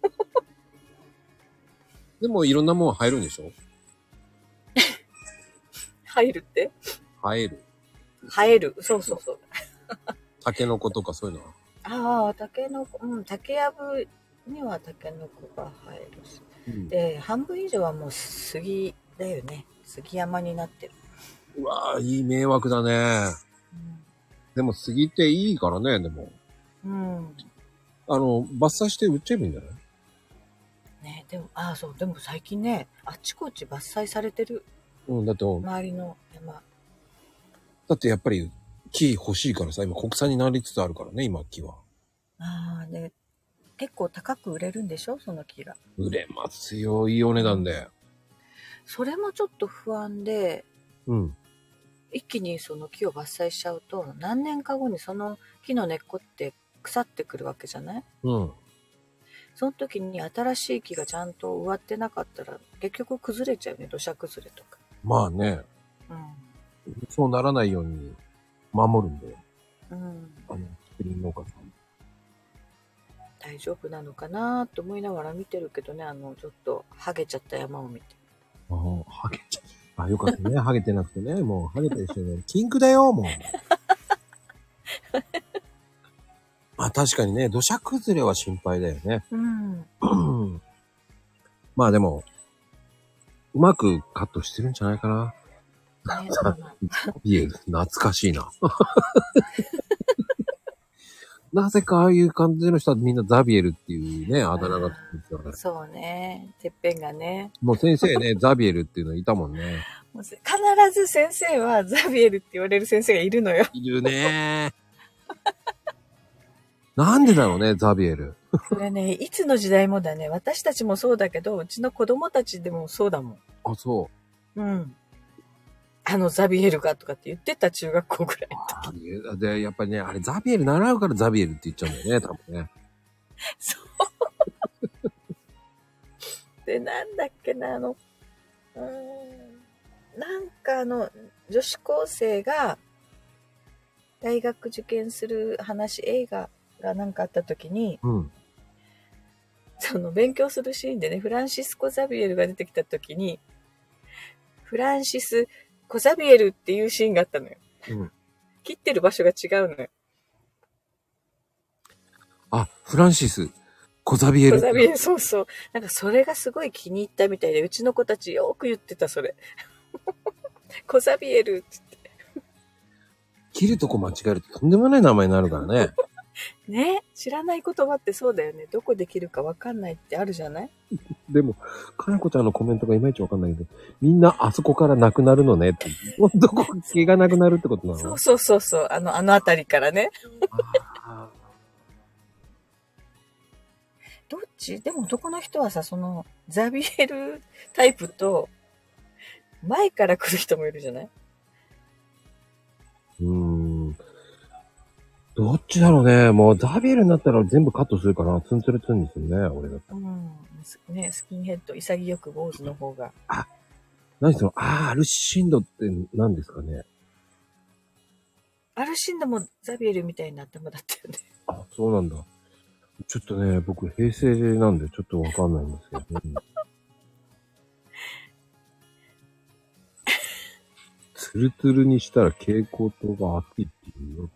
[SPEAKER 1] でもいろんなもん入るんでしょ
[SPEAKER 3] 入るって
[SPEAKER 1] 入る。
[SPEAKER 3] 生える。そうそうそう。
[SPEAKER 1] タケノコとかそういうのは。
[SPEAKER 3] ああ、タケノコ、うん、竹やぶにはタケノコが生えるし。
[SPEAKER 1] うん
[SPEAKER 3] で半分以上はもう杉だよね杉山になってる、
[SPEAKER 1] うわぁ、いい迷惑だね。でも杉っていいからね、でも。
[SPEAKER 3] うん
[SPEAKER 1] あの、伐採して売っちゃえばいいんじゃない
[SPEAKER 3] ねでもああそうでも最近ねあちこち伐採されてる
[SPEAKER 1] うん、だって、
[SPEAKER 3] 周りの山
[SPEAKER 1] だってやっぱり木欲しいからさ、今国産になりつつあるからね、今木は。
[SPEAKER 3] ああね結構高く売れるんでしょその木が
[SPEAKER 1] 売れますよ、いいお値段で。
[SPEAKER 3] それもちょっと不安で
[SPEAKER 1] うん。
[SPEAKER 3] 一気にその木を伐採しちゃうと何年か後にその木の根っこって腐ってくるわけじゃない
[SPEAKER 1] うん。
[SPEAKER 3] その時に新しい木がちゃんと植わってなかったら結局崩れちゃうね土砂崩れとか、
[SPEAKER 1] まあね、
[SPEAKER 3] うん、
[SPEAKER 1] そうならないように守るんで、
[SPEAKER 3] うん、
[SPEAKER 1] あの、作り農家さん。
[SPEAKER 3] 大丈夫なのかなと思いながら見てるけどねあのちょっとハゲちゃった山を見て
[SPEAKER 1] ああ、ハゲちゃう。あ、よかったね。ハゲてなくてね。もう、ハゲたりしてね。キンクだよ、 もう。まあ確かにね、土砂崩れは心配だよね。
[SPEAKER 3] うん
[SPEAKER 1] うんまあでも、うまくカットしてるんじゃないかな。
[SPEAKER 3] ね そうなん
[SPEAKER 1] いえ、懐かしい な。なぜかああいう感じの人はみんなザビエルっていうね、あだ名がつくんですよね。
[SPEAKER 3] そうねてっぺんがね
[SPEAKER 1] もう先生ね、 ザビエルっていうのいたもんね。
[SPEAKER 3] もう必ず先生はザビエルって言われる先生がいるのよ
[SPEAKER 1] いるね。なんでだろうね、ザビエル。
[SPEAKER 3] これねいつの時代もだね私たちもそうだけどうちの子供たちでもそうだも
[SPEAKER 1] あ、そ。
[SPEAKER 3] んうんあのザビエルがとかって言ってた中学校ぐらいう
[SPEAKER 1] で、やっぱりね、あれザビエル習うからザビエルって言っちゃうんだよね、多分ね。
[SPEAKER 3] でなんだっけなあのうーんなんかあの女子高生が大学受験する話映画がなんかあった時に
[SPEAKER 1] うん。
[SPEAKER 3] その勉強するシーンでねフランシスコ・ザビエルが出てきた時にフランシス・コザビエルっていうシーンがあったのよ
[SPEAKER 1] うん。
[SPEAKER 3] 切ってる場所が違うのよ
[SPEAKER 1] あ、フランシス、コザビエル。
[SPEAKER 3] コザビエルそうそうなんかそれがすごい気に入ったみたいでうちの子たちよく言ってたそれ コザビエルって
[SPEAKER 1] 切るとこ間違えるととんでもない名前になるからね。
[SPEAKER 3] ね知らない言葉ってそうだよねどこできるかわかんないってあるじゃない
[SPEAKER 1] でも、かなこちゃんのコメントがいまいちわかんないけど、みんなあそこからなくなるのねって。 どこ、毛がなくなるってことなの
[SPEAKER 3] そうそうそうそうあのあの辺りからね
[SPEAKER 1] あ
[SPEAKER 3] どっちでも男の人はさそのザビエルタイプと前から来る人もいるじゃない
[SPEAKER 1] ーうーん。どっちだろうね。もうザビエルになったら全部カットするから、ツンツルツンにするね、俺だって。
[SPEAKER 3] うんねスキンヘッド潔く坊主の方が
[SPEAKER 1] 何その、あー、アルシンドって何ですかね。
[SPEAKER 3] アルシンドもザビエルみたいな頭だったよね
[SPEAKER 1] あ、そうなんだ。ちょっとね、僕平成なんでちょっとわかんないんですけど、ね。ツルツルにしたら蛍光灯が熱いっていうよ。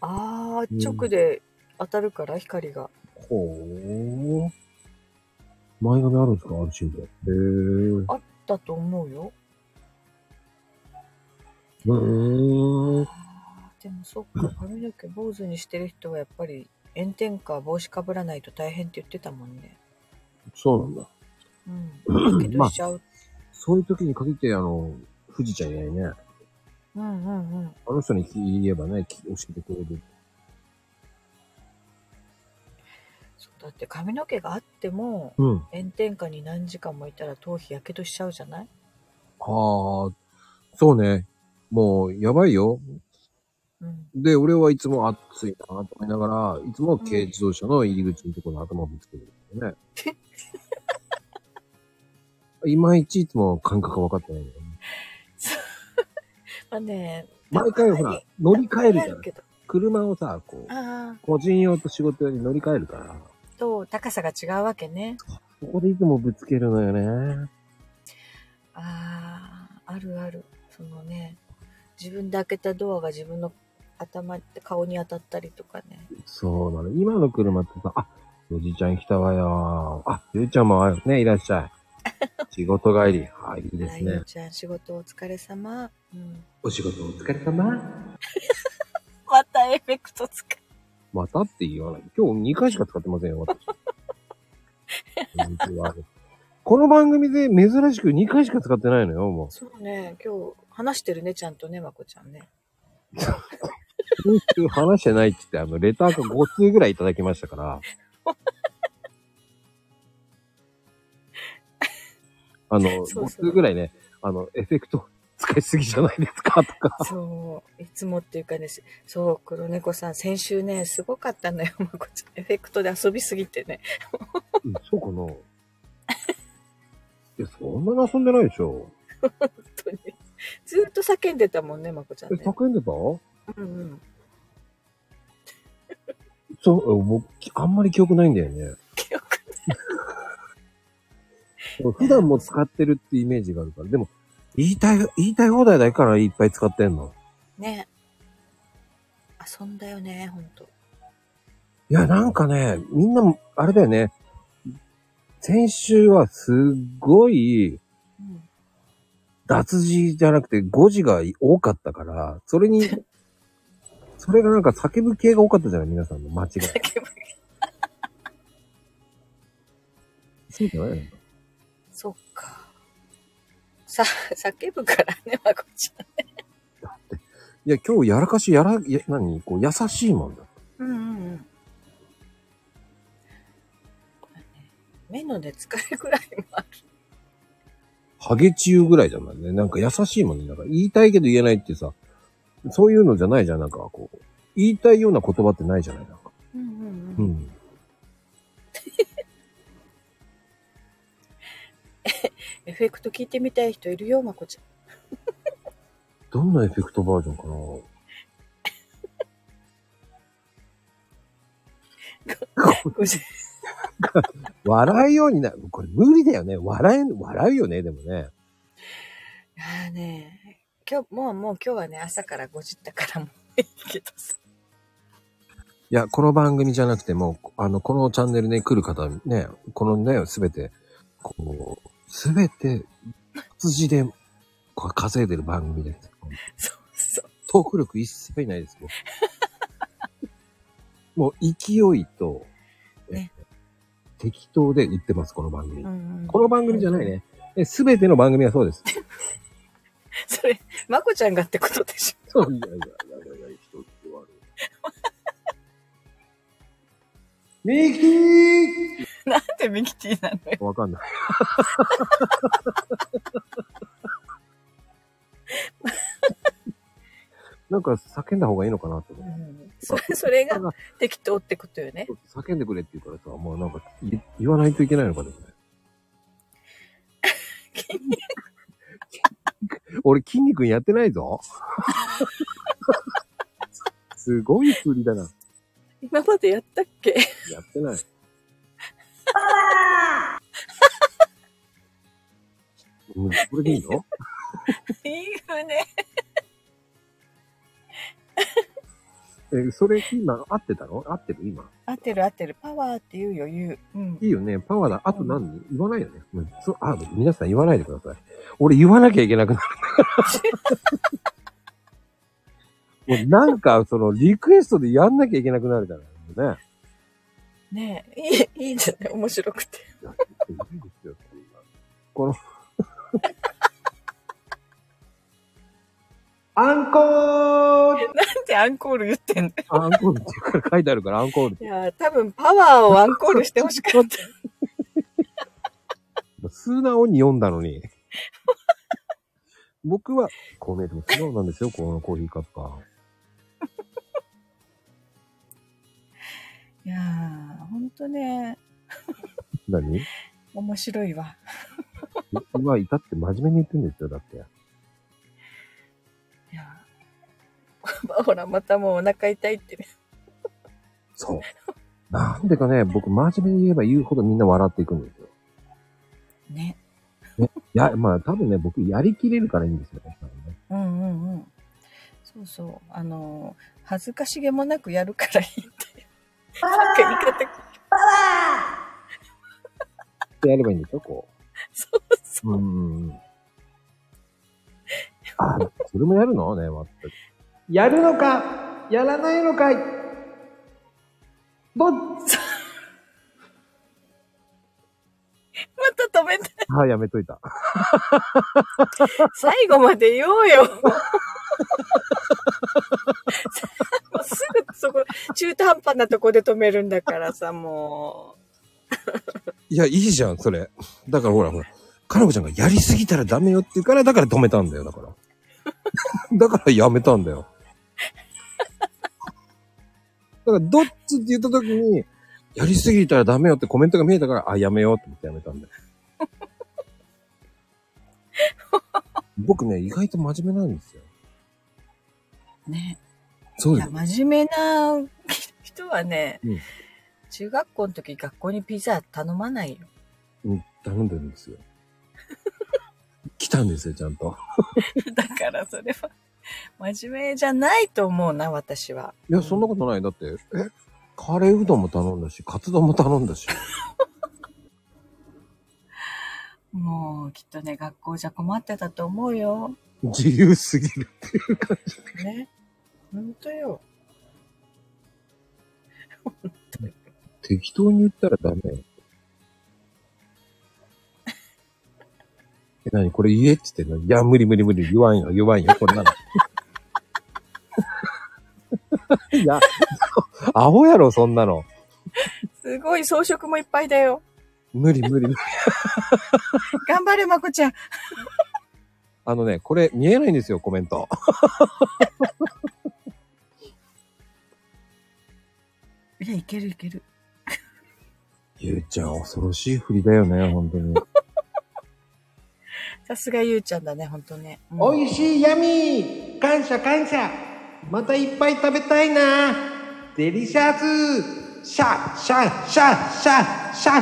[SPEAKER 3] あ
[SPEAKER 1] うん
[SPEAKER 3] ー直で当たるから光が
[SPEAKER 1] ほー。前髪あるんですかアルシンド。へー。
[SPEAKER 3] だと思うよ。
[SPEAKER 1] うーん。
[SPEAKER 3] あーでもそっか、髪の毛坊主にしてる人はやっぱり炎天下帽子かぶらないと大変って言ってたもんね。
[SPEAKER 1] そうなんだ。
[SPEAKER 3] うん。だけどしちゃう。
[SPEAKER 1] そういう時に限って、あの、富士ちゃんやいね。
[SPEAKER 3] うんうんうん。
[SPEAKER 1] あの人に聞けばね、き教えてくれる。
[SPEAKER 3] そうだって髪の毛があっても、
[SPEAKER 1] うん。
[SPEAKER 3] 炎天下に何時間もいたら頭皮やけどしちゃうじゃない
[SPEAKER 1] ああ、そうね。もう、やばいよ。
[SPEAKER 3] うん。
[SPEAKER 1] で、俺はいつも暑いなと思いながら、いつも軽自動車の入り口のところに頭をぶつけるんだよね。 いまいちいつも感覚が分かってないんだよね。
[SPEAKER 3] まあね、
[SPEAKER 1] 毎回ほら、乗り換えるじゃん。
[SPEAKER 3] けど。
[SPEAKER 1] 車をさ、こう、
[SPEAKER 3] ああ、
[SPEAKER 1] 個人用と仕事用に乗り換えるから、
[SPEAKER 3] と高さが違うわけね。
[SPEAKER 1] ここでいつもぶつけるのよね。
[SPEAKER 3] ああ、あるある。そのね、自分で開けたドアが自分の頭、顔に当たったりとかね。
[SPEAKER 1] そうなの。今の車ってさ、あ、おじちゃん来たわよ。あ、ゆうちゃんもあるね、いらっしゃ い。仕事帰り。はい、いいです
[SPEAKER 3] はいゆ
[SPEAKER 1] ね
[SPEAKER 3] う。ちゃん、仕事お疲れ様。うん。
[SPEAKER 1] お仕事お疲れ様。
[SPEAKER 3] またエフェクト使う。
[SPEAKER 1] またって言わない。今日2回しか使ってませんよ、 私。本当はこの番組で珍しく2回しか使ってないのよ、も
[SPEAKER 3] そうね、今日話してるね、ちゃんとね、まこちゃ んね。
[SPEAKER 1] う。先週話してないって言って、あの、レターが5通ぐらいいただきました から。あの、
[SPEAKER 3] そう
[SPEAKER 1] 5
[SPEAKER 3] そ
[SPEAKER 1] 通
[SPEAKER 3] う
[SPEAKER 1] ぐらいね、あの、エフェクト使いすぎじゃないですか、と か。
[SPEAKER 3] そう、いつもっていうかね、そう、黒猫さん、先週ね、すごかったのよ、 まこちゃん。エフェクトで遊びすぎてね。
[SPEAKER 1] うんそうかな。いや、そんなに遊んでないでしょ。
[SPEAKER 3] 本当に。ずーっと叫んでたもんね、まこちゃん
[SPEAKER 1] え、
[SPEAKER 3] ね。
[SPEAKER 1] 叫んでた
[SPEAKER 3] うんうん。
[SPEAKER 1] そう、もう、あんまり記憶ないんだよね。
[SPEAKER 3] 記憶
[SPEAKER 1] 普段も使ってるってイメージがあるから。でも、言いたい、言いたい放題だからいっぱい使ってんの。
[SPEAKER 3] ね。遊んだよね、ほんと。
[SPEAKER 1] いや、なんかね、みんなも、あれだよね。先週はすっごい、
[SPEAKER 3] うん。
[SPEAKER 1] 脱字じゃなくて誤字が多かったから、そ れに、それがなんか叫ぶ系が多かったじゃない皆さんの間違い。
[SPEAKER 3] 叫ぶ
[SPEAKER 1] そうじゃないの
[SPEAKER 3] そっか。さ、叫ぶからね、まこちゃん。
[SPEAKER 1] いや、今日やらかしやら、や、何こう、優しいもんだ。
[SPEAKER 3] うんうんうん。目のね、疲れぐらいもある。
[SPEAKER 1] ハゲチュウぐらいじゃないね。なんか優しいもんね。なんか言いたいけど言えないってさ、そういうのじゃないじゃん。なんかこう、言いたいような言葉ってないじゃないなんか。
[SPEAKER 3] うん
[SPEAKER 1] う。ん。
[SPEAKER 3] エフェクト聞いてみたい人いるよ、まこちゃん。
[SPEAKER 1] どんなエフェクトバージョンかな
[SPEAKER 3] ごじ
[SPEAKER 1] 笑うようになる。これ無理だよね。笑え、笑うよね。でもね。
[SPEAKER 3] ああね、今日、もうもう今日はね、朝から5時だからもういいけどさ。
[SPEAKER 1] いや、この番組じゃなくても、あの、このチャンネルね、来る方、ね、このね、すべて、こう、すべて、羊で、こう稼いでる番組です。
[SPEAKER 3] そうそう。
[SPEAKER 1] トーク力一切ないですも ん。もう勢いと、
[SPEAKER 3] ね
[SPEAKER 1] え適当で売ってます、この番組。
[SPEAKER 3] んうん
[SPEAKER 1] この番組じゃない。ね。すべての番組はそうです。
[SPEAKER 3] それ、まこちゃんがってことでしょ。
[SPEAKER 1] そういやいやいやいやいや、人って悪い。ミキテ
[SPEAKER 3] なんでミキティなのよ。
[SPEAKER 1] ィわかんない。なんか叫んだ方がいいのかなって思って。
[SPEAKER 3] それ、それが適当ってことよね。
[SPEAKER 1] 叫んでくれって言うからさ、もうなんか言言わないといけないのかでもね。 俺、筋肉やってない ぞ。すごい振りだな。
[SPEAKER 3] 今までやったっけ
[SPEAKER 1] やってない。うんこれでいいの
[SPEAKER 3] いいよね。
[SPEAKER 1] ええ、それ今合ってたの合ってる今。
[SPEAKER 3] 合ってる合ってる。パワーっていう余裕。うん
[SPEAKER 1] い。いよね。パワーだ。あと何言わないよね。うんそう、あ、皆さん言わないでください。俺言わなきゃいけなくなる。もうなんか、その、リクエストでやんなきゃいけなくなるからね。
[SPEAKER 3] ねえ、いい、いいんじゃない面白くて。
[SPEAKER 1] いいですよそんなこの、アンコール
[SPEAKER 3] なんでアンコール言ってんの
[SPEAKER 1] アンコールっていうか書いてあるから、アンコール。
[SPEAKER 3] いやー、多分パワーをアンコールしてほしかった。
[SPEAKER 1] 素直に読んだのに。僕は、こう見えても素直なんですよ、このコーヒーカップは。
[SPEAKER 3] いやー、ほんとね、
[SPEAKER 1] 何
[SPEAKER 3] 面白いわ。
[SPEAKER 1] 僕は至って真面目に言ってるんですよ、だって。
[SPEAKER 3] いや ーほら、またもうお腹痛いってね。
[SPEAKER 1] そう。なんでかね、僕真面目に言えば言うほどみんな笑っていくんですよ。
[SPEAKER 3] ね。
[SPEAKER 1] いや、まあ多分ね、僕やりきれるからいいんですよね。多分ね
[SPEAKER 3] うんうんうん。そうそう。あのー恥ずかしげもなくやるからいいって。
[SPEAKER 2] パワ
[SPEAKER 3] なんか言い 方、
[SPEAKER 2] パワ
[SPEAKER 1] ってやればいいんでしょ、こ
[SPEAKER 3] そう
[SPEAKER 1] う。
[SPEAKER 3] そうう。
[SPEAKER 1] んうんうん。あ、それもやるのね、まったく。やるのか、やらないのかい。どっ
[SPEAKER 3] また止めて。
[SPEAKER 1] あ、やめといた。
[SPEAKER 3] 最後まで言おうよ。 もうすぐそこ、中途半端なとこで止めるんだからさ、も
[SPEAKER 1] いや、いいじゃん、それ。だからほらほら、かなこちゃんがやりすぎたらダメよって言うから、だから止めたんだよ、だから。だから やめたんだよ。だから、どっちって言った時に、やりすぎたらダメよってコメントが見えたから、あ、やめようって思ってやめたんだよ。 僕ね、意外と真面目なんですよ。
[SPEAKER 3] う。ね。
[SPEAKER 1] そう
[SPEAKER 3] い
[SPEAKER 1] で
[SPEAKER 3] や、
[SPEAKER 1] す。
[SPEAKER 3] 真面目な人はね、
[SPEAKER 1] うん
[SPEAKER 3] 中学校の時学校にピザ頼まないよ。
[SPEAKER 1] うん、頼んでるんですよ。来たんですよ、ちゃんと。
[SPEAKER 3] だからそれは、真面目じゃないと思うな、私は。
[SPEAKER 1] いや、そんなことない。だって、え、カレーうどんも頼んだし、カツ丼も頼んだし。
[SPEAKER 3] もう、きっとね、学校じゃ困ってたと思うよ。
[SPEAKER 1] 自由すぎるっていう感じ。
[SPEAKER 3] ね。ほんとよ。
[SPEAKER 1] 適当に言ったらダメ。 え、なにこれ言えって言ってんのいや、無理無理無理。言わんよ、言わんよ。これなの。 いや、 アホやろ、そんなの。
[SPEAKER 3] すごい装飾もいっぱいだよ。
[SPEAKER 1] 無理無理。
[SPEAKER 3] 頑張れ、まこちゃん。
[SPEAKER 1] あのね、これ見えないんですよ、コメント。
[SPEAKER 3] いや、いけるいける。
[SPEAKER 1] ゆうちゃん、恐ろしい振りだよね、本当に。
[SPEAKER 3] さすがゆうちゃんだね、ほんとね。うん
[SPEAKER 4] おいしいヤミー感謝感謝またいっぱい食べたいなデリシャスシャシャシャシャシャ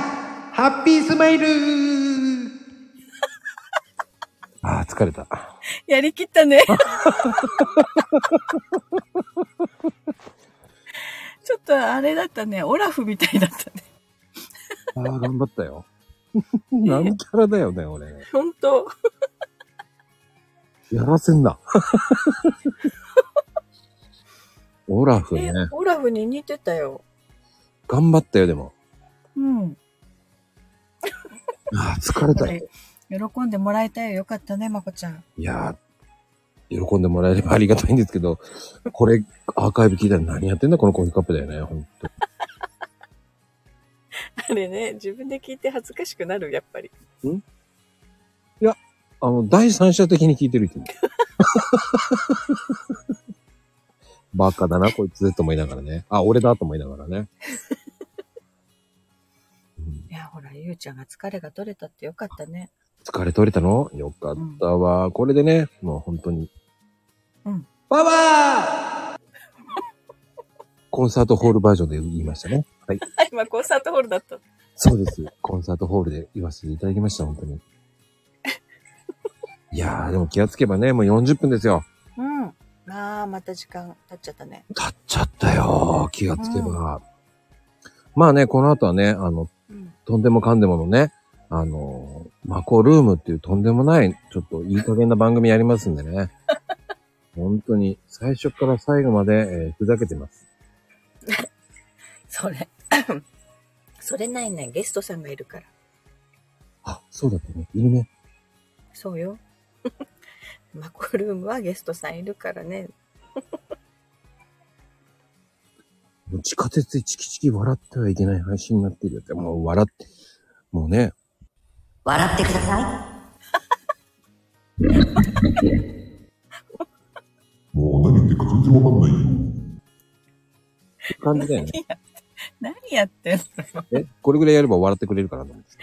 [SPEAKER 4] ハッピースマイル
[SPEAKER 1] ああ、疲れた。
[SPEAKER 3] やりきったね。ちょっとあれだったね。オラフみたいだったね。
[SPEAKER 1] ああ、頑張ったよ。 何キャラだよね、俺。
[SPEAKER 3] ほんと。
[SPEAKER 1] やらせんな。オラフね
[SPEAKER 3] え。オラフに似てたよ。
[SPEAKER 1] 頑張ったよ、でも。
[SPEAKER 3] うん。
[SPEAKER 1] ああ、疲れたよ。
[SPEAKER 3] 喜んでもらえたよ。よかったね、まこちゃん。
[SPEAKER 1] いやー、喜んでもらえれば ありがたいんですけど、これ、アーカイブ聞いたら何やってんだ、このコーヒーカップだよね、ほんと。
[SPEAKER 3] あれね、自分で聞いて恥ずかしくなる、やっぱり。
[SPEAKER 1] あの、第三者的に聞いてる人も。 バカだな、こいつ、と思いながらね。あ、俺だ、と思いながらね。うん
[SPEAKER 3] いや、ほら、ゆうちゃんが疲れが取れたってよかったね。
[SPEAKER 1] 疲れ取れたのよかったわ。これでね、もう本当に。
[SPEAKER 3] うん。
[SPEAKER 1] パワーコンサートホールバージョンで言いましたね。はい。
[SPEAKER 3] はい、今コンサートホールだった。
[SPEAKER 1] そうです。コンサートホールで言わせていただきました、本当に。いやー、でも気がつけばね、もう40分ですよ。
[SPEAKER 3] うん。まあー、また時間経っちゃったね。
[SPEAKER 1] 経っちゃったよ、気がつけば。まあね、この後はね、あの、
[SPEAKER 3] うん。
[SPEAKER 1] とんでもかんでものね、あの、マコルームっていうとんでもない、ちょっといい加減な番組やりますんで ね。本当に、最初から最後まで、えーふざけてます。
[SPEAKER 3] それ。 それないね。ゲストさんがいるから。
[SPEAKER 1] あ、そうだったね。いるね。
[SPEAKER 3] そうよ。 マコルームはゲストさんいるからね。
[SPEAKER 1] もう地下鉄でチキチキ笑ってはいけない配信になってるよって、もう笑って、もうね、
[SPEAKER 2] 笑ってくださ
[SPEAKER 5] もう何言ってるか全然わかんないよ。
[SPEAKER 1] 感じだよね。
[SPEAKER 3] 何やってんの
[SPEAKER 1] え、これぐらいやれば笑ってくれるかなと思ってさ。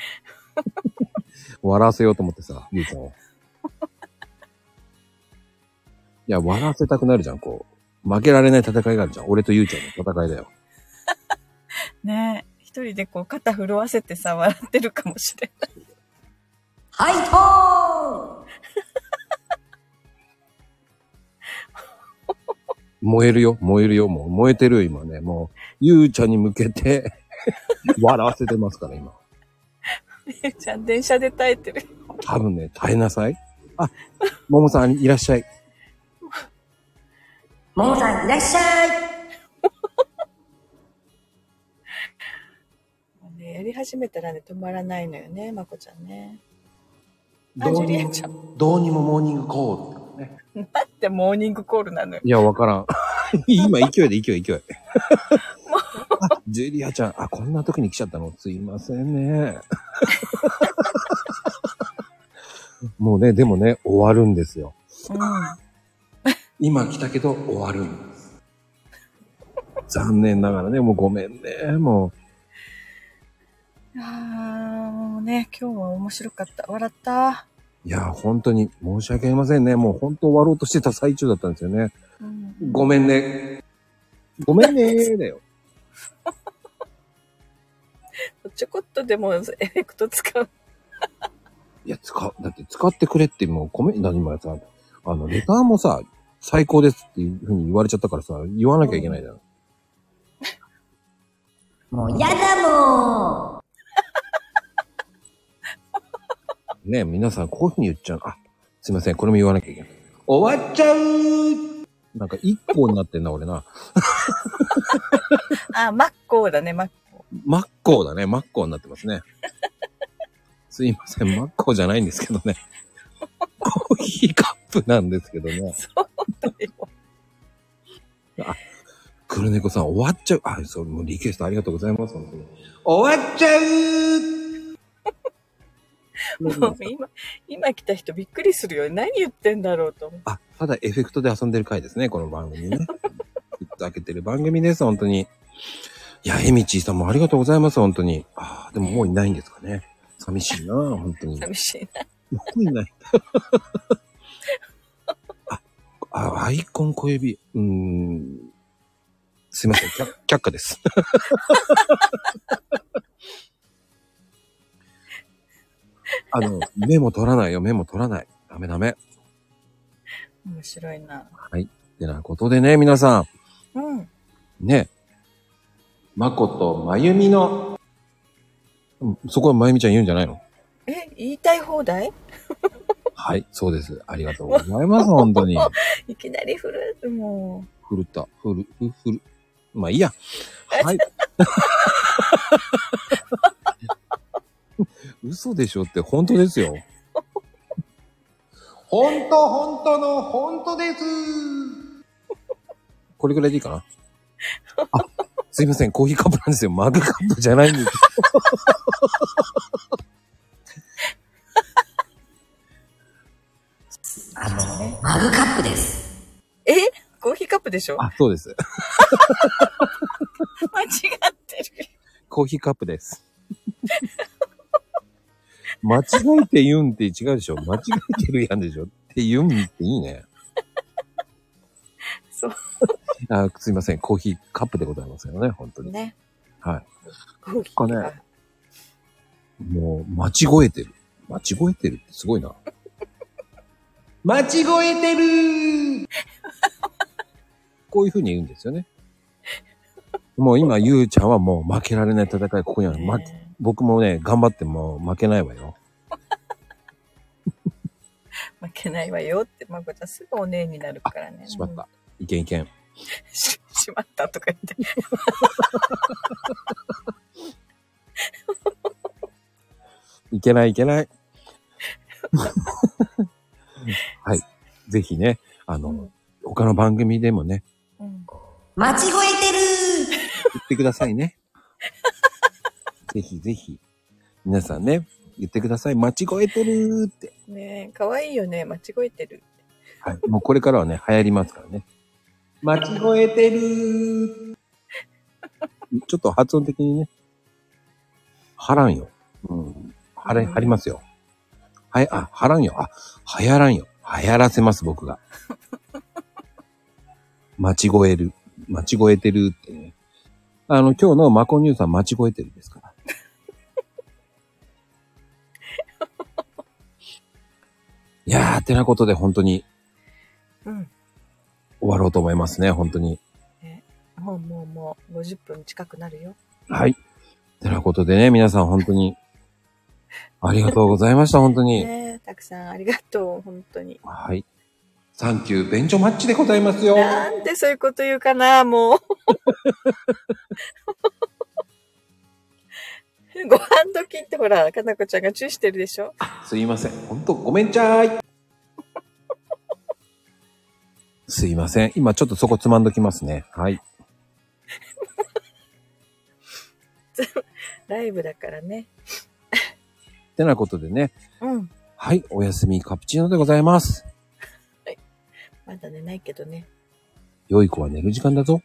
[SPEAKER 1] 笑わせようと思ってさ、ゆうちゃんを。いや、笑わせたくなるじゃん、こう。負けられない戦いがあるじゃん。俺とゆうちゃんの戦いだよ。
[SPEAKER 3] ねえ。一人でこう肩震わせてさ、笑ってるかもしれない。
[SPEAKER 2] いは
[SPEAKER 1] 燃えるよ、燃えるよ、もう。燃えてるよ、今ね。もう、ゆうちゃんに向けて、笑わせてますから、今。
[SPEAKER 3] ゆ うちゃん、電車で耐えてる。
[SPEAKER 1] 多分ね、耐えなさい。あ、ももさん、いらっしゃい。
[SPEAKER 2] いももさんいらっしゃい
[SPEAKER 3] ね、やり始めたらね、止まらないのよね、まこちゃんね。あ、
[SPEAKER 4] ど
[SPEAKER 3] ジ
[SPEAKER 4] う
[SPEAKER 3] ュリ
[SPEAKER 4] に
[SPEAKER 3] エ
[SPEAKER 4] も
[SPEAKER 3] ちゃん。
[SPEAKER 4] どうにもモーニングコール。
[SPEAKER 3] だってモーニングコールなのよ。
[SPEAKER 1] いや、わからん。 今、勢いで、勢い、勢い。あジュリアちゃん、あ、こんな時に来ちゃったのすいません ね。もうね、でもね、終わるんですよ。
[SPEAKER 3] う
[SPEAKER 4] 今来たけど終わるんです。
[SPEAKER 1] 残念ながらね、もうごめんね、も
[SPEAKER 3] ん。ああ、もうね、今日は面白かった。笑った。
[SPEAKER 1] う。いや、本当に申し訳ありませんね。もう本当終わろうとしてた最中だったんですよね。
[SPEAKER 3] うん。
[SPEAKER 4] ごめんね。
[SPEAKER 1] ごめんね、だよ。
[SPEAKER 3] ちょこっとでもエフェクト使う。
[SPEAKER 1] いや、使う、だって使ってくれってもうごめん、何もやさ、あの、レターもさ、最高ですっていうふうに言われちゃったからさ、言わなきゃいけないじゃん。
[SPEAKER 2] もうやだもん
[SPEAKER 1] ねえ皆さんこういうふうに言っちゃう。あ、すいません、これも言わなきゃいけない。
[SPEAKER 4] 終わっちゃう
[SPEAKER 1] なんか一個になってんな、俺な。
[SPEAKER 3] あ、マッコーだね、マッコ
[SPEAKER 1] 真っ向だね、真っ向になってますね。すいません、真っ向じゃないんですけどね。コーヒーカップなんですけどね
[SPEAKER 3] ー。。そうだよ。
[SPEAKER 1] 黒猫さん終わっちゃう。あ、そう、もうリクエストありがとうございます。本当に
[SPEAKER 4] 終わっちゃう
[SPEAKER 3] もう今、今来た人びっくりするよ。何言ってんだろうと思う。
[SPEAKER 1] あ、ただエフェクトで遊んでる回ですね、この番組ね。ずっと開けてる番組です、本当に。いや、エミチーさんもありがとうございます、本当に。ああ、でももういないんですかね。寂しいな、本当に。
[SPEAKER 3] 寂しいな。
[SPEAKER 1] もういない。 あ、あ、アイコン小指、うーん。すいません、却却下です。 あの、メモ取らないよ、メモ取らない。ダメダメ。
[SPEAKER 3] 面白いな。
[SPEAKER 1] ってなことでね、皆さ
[SPEAKER 3] うん。
[SPEAKER 1] ん。ね。
[SPEAKER 4] まことまゆみの
[SPEAKER 1] うんそこはまゆみちゃん言うんじゃないの
[SPEAKER 3] え、言いたい放題
[SPEAKER 1] はい、そうです。ありがとうございます、本当に。
[SPEAKER 3] いきなり振るも
[SPEAKER 1] ふるた、ふる、ふ、ふる。まあいいや。はい。 嘘でしょって本当ですよ。
[SPEAKER 4] 本当本当の本当です
[SPEAKER 1] これぐらいでいいかな。あ、すいません、コーヒーカップなんですよ。マグカップじゃないんです。
[SPEAKER 2] あのね、マグカップです。
[SPEAKER 3] う。えコーヒーカップでしょ
[SPEAKER 1] あ、そうです。
[SPEAKER 3] 間違ってる。
[SPEAKER 1] コーヒーカップです。 間違えて言うんって違うでしょ間違えてるやんでしょって言うんっていいね。
[SPEAKER 3] そう。
[SPEAKER 1] あすいません、コーヒーカップでございますよね、本当に。
[SPEAKER 3] ね。
[SPEAKER 1] はい。
[SPEAKER 3] コーヒ
[SPEAKER 1] か
[SPEAKER 3] ー
[SPEAKER 1] ね
[SPEAKER 3] カップ。
[SPEAKER 1] もう、間違えてる。間違えてるってすごいな。
[SPEAKER 4] 間違えてる
[SPEAKER 1] こういうふうに言うんですよね。もう今、ゆうちゃんはもう負けられない戦い、ここにある。ま、
[SPEAKER 3] ね
[SPEAKER 1] 僕もね、頑張っても負けないわよ。
[SPEAKER 3] 負けないわよって、まこちゃんすぐおねえになるからね。
[SPEAKER 1] しまった。いけんいけん。
[SPEAKER 3] ししまったとか言って。
[SPEAKER 1] いけないいけ ない。はい。ぜひね、あの、
[SPEAKER 3] うん
[SPEAKER 1] 他の番組でもね、
[SPEAKER 3] うん、
[SPEAKER 2] 間違えてる
[SPEAKER 1] 言ってくださいね。 ぜひぜひ、皆さんね、言ってください。間違えてるーって。
[SPEAKER 3] ねえ、かわいいよね。間違えてる。
[SPEAKER 1] はい。もうこれからはね、流行りますからね。
[SPEAKER 4] 間違えてるー。
[SPEAKER 1] ちょっと発音的にね、はらんよ。うん。はれ、
[SPEAKER 3] うん
[SPEAKER 1] はりますよ。はい、あ、はらんよ。あ、はやらんよ。はやらせます、僕 が。間違える。間違えてるってね。あの、今日のマコニューさん間違えてるです から。いやー、てなことで本当に
[SPEAKER 3] うん。
[SPEAKER 1] 終わろうと思いますね、本当に。
[SPEAKER 3] もうもうもう50分近くなるよ。
[SPEAKER 1] はい。てなことでね、皆さん本当に、ありがとうございました、本当に。
[SPEAKER 3] ねえ、たくさんありがとう。本当に。
[SPEAKER 1] はい。サンキュー、便所マッチでございますよ。
[SPEAKER 3] なんでそういうこと言うかな、もう。 ご飯時ってほら、かなこちゃんがチューしてるでしょ
[SPEAKER 1] すいません。ほんと、ごめんちゃーい。すいません。今ちょっとそこつまんどきますね。はい。
[SPEAKER 3] ライブだからね。
[SPEAKER 1] てなことでね、
[SPEAKER 3] うん。
[SPEAKER 1] はい、おやすみカプチーノでございます。
[SPEAKER 3] まだ寝ないけどね。
[SPEAKER 1] 良い子は寝る時間だぞ。